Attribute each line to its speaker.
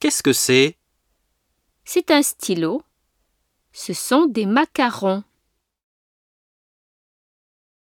Speaker 1: Qu'est-ce que c'est
Speaker 2: C'est un stylo. Ce sont des macarons.